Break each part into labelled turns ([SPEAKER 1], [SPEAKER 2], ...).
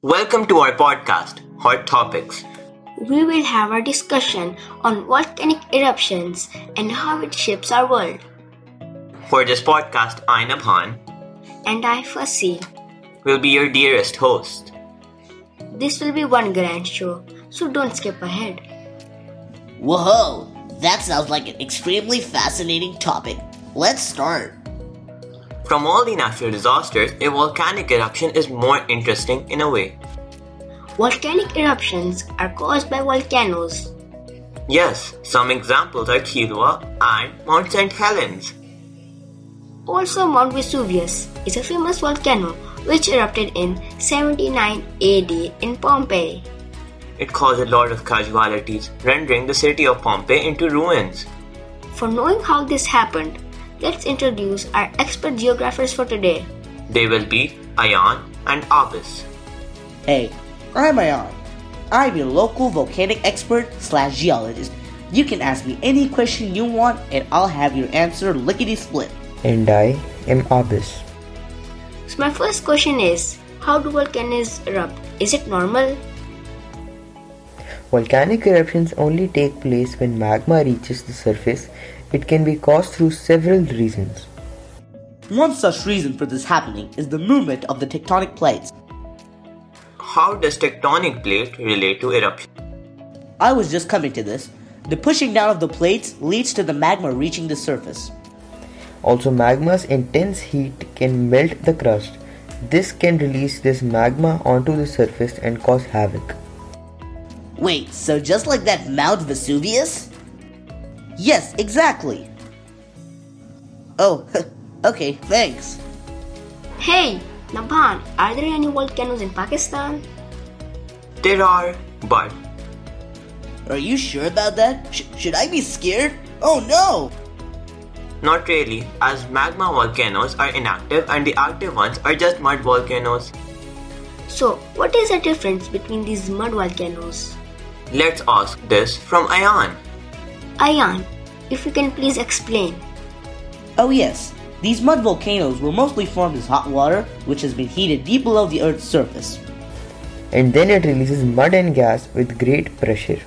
[SPEAKER 1] Welcome to our podcast, Hot Topics.
[SPEAKER 2] We will have a discussion on volcanic eruptions and how it shapes our world.
[SPEAKER 1] For this podcast, I, Nabhan,
[SPEAKER 2] And I foresee
[SPEAKER 1] will be your dearest host.
[SPEAKER 2] this will be one grand show, so don't skip ahead.
[SPEAKER 3] Whoa, that sounds like an extremely fascinating topic. Let's start.
[SPEAKER 1] From all the natural disasters, a volcanic eruption is more interesting in a way.
[SPEAKER 2] Volcanic eruptions are caused by volcanoes.
[SPEAKER 1] Yes, some examples are Kilwa and Mount St. Helens.
[SPEAKER 2] Also, Mount Vesuvius is a famous volcano which erupted in 79 AD in Pompeii.
[SPEAKER 1] It caused a lot of casualties, rendering the city of Pompeii into ruins.
[SPEAKER 2] For knowing how this happened, let's introduce our expert geographers for today.
[SPEAKER 1] They will be Ayan and Abis.
[SPEAKER 3] Hey, I'm Ayan. I'm your local volcanic expert slash geologist. You can ask me any question you want and I'll have your answer lickety split.
[SPEAKER 4] and I am Abyss.
[SPEAKER 2] So, my first question is How do volcanoes erupt? Is it normal?
[SPEAKER 4] Volcanic eruptions only take place when magma reaches the surface. It can be caused through several reasons.
[SPEAKER 3] One such reason for this happening is the movement of the tectonic plates.
[SPEAKER 1] How does tectonic plate relate to eruption?
[SPEAKER 3] I was just coming to this. The pushing down of the plates leads to the magma reaching the surface.
[SPEAKER 4] Also, magma's intense heat can melt the crust. This can release this magma onto the surface and cause havoc.
[SPEAKER 3] Wait, so just like that Mount Vesuvius? Yes, exactly. Oh, okay, thanks.
[SPEAKER 2] Hey, Nabhan, are there any volcanoes in Pakistan?
[SPEAKER 1] There are, but
[SPEAKER 3] Are you sure about that? Sh- should I be scared? Oh no!
[SPEAKER 1] Not really, as magma volcanoes are inactive and the active ones are just mud volcanoes.
[SPEAKER 2] So, what is the difference between these mud volcanoes?
[SPEAKER 1] Let's ask this from Ayan.
[SPEAKER 2] Ayan, if you can please explain.
[SPEAKER 3] Oh yes, these mud volcanoes were mostly formed as hot water, which has been heated deep below the Earth's surface.
[SPEAKER 4] And then it releases mud and gas with great pressure.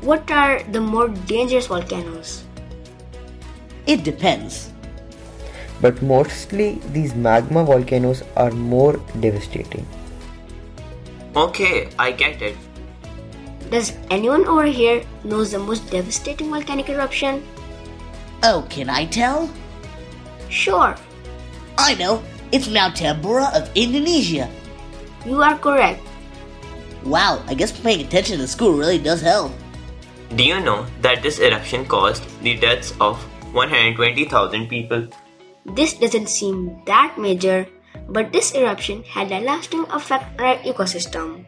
[SPEAKER 2] What are the more dangerous volcanoes?
[SPEAKER 3] It depends.
[SPEAKER 4] But mostly, these magma volcanoes are more devastating.
[SPEAKER 1] Okay, I get it.
[SPEAKER 2] Does anyone over here knows the most devastating volcanic eruption?
[SPEAKER 3] Oh, can I tell?
[SPEAKER 2] Sure,
[SPEAKER 3] I know, it's Mount Tambora of Indonesia.
[SPEAKER 2] you are correct.
[SPEAKER 3] Wow, I guess paying attention to school really does help.
[SPEAKER 1] Do you know that this eruption caused the deaths of 120,000 people?
[SPEAKER 2] This doesn't seem that major, but this eruption had a lasting effect on our ecosystem.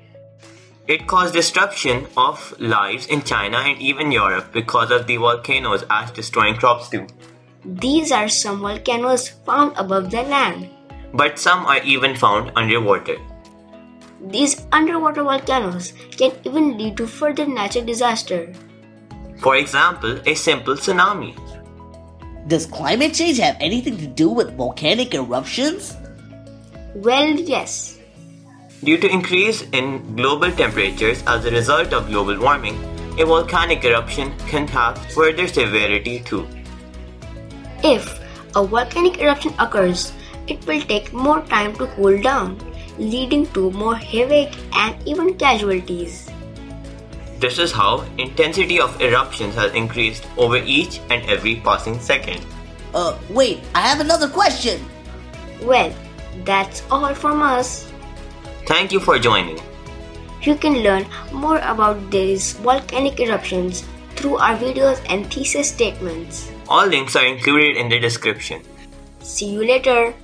[SPEAKER 1] It caused destruction of lives in China and even Europe because of the volcanoes as destroying crops do.
[SPEAKER 2] These are some volcanoes found above the land.
[SPEAKER 1] But some are even found underwater.
[SPEAKER 2] These underwater volcanoes can even lead to further natural disaster.
[SPEAKER 1] For example, a simple tsunami.
[SPEAKER 3] Does climate change have anything to do with volcanic eruptions?
[SPEAKER 2] Well, yes.
[SPEAKER 1] Due to increase in global temperatures as a result of global warming, a volcanic eruption can have further severity too.
[SPEAKER 2] If a volcanic eruption occurs, it will take more time to cool down, leading to more havoc and even casualties.
[SPEAKER 1] This is how intensity of eruptions has increased over each and every passing second.
[SPEAKER 3] Uh, wait, I have another question.
[SPEAKER 2] Well, that's all from us.
[SPEAKER 1] Thank you for joining.
[SPEAKER 2] You can learn more about these volcanic eruptions through our videos and thesis statements.
[SPEAKER 1] All links are included in the description.
[SPEAKER 2] See you later.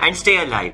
[SPEAKER 1] And stay alive.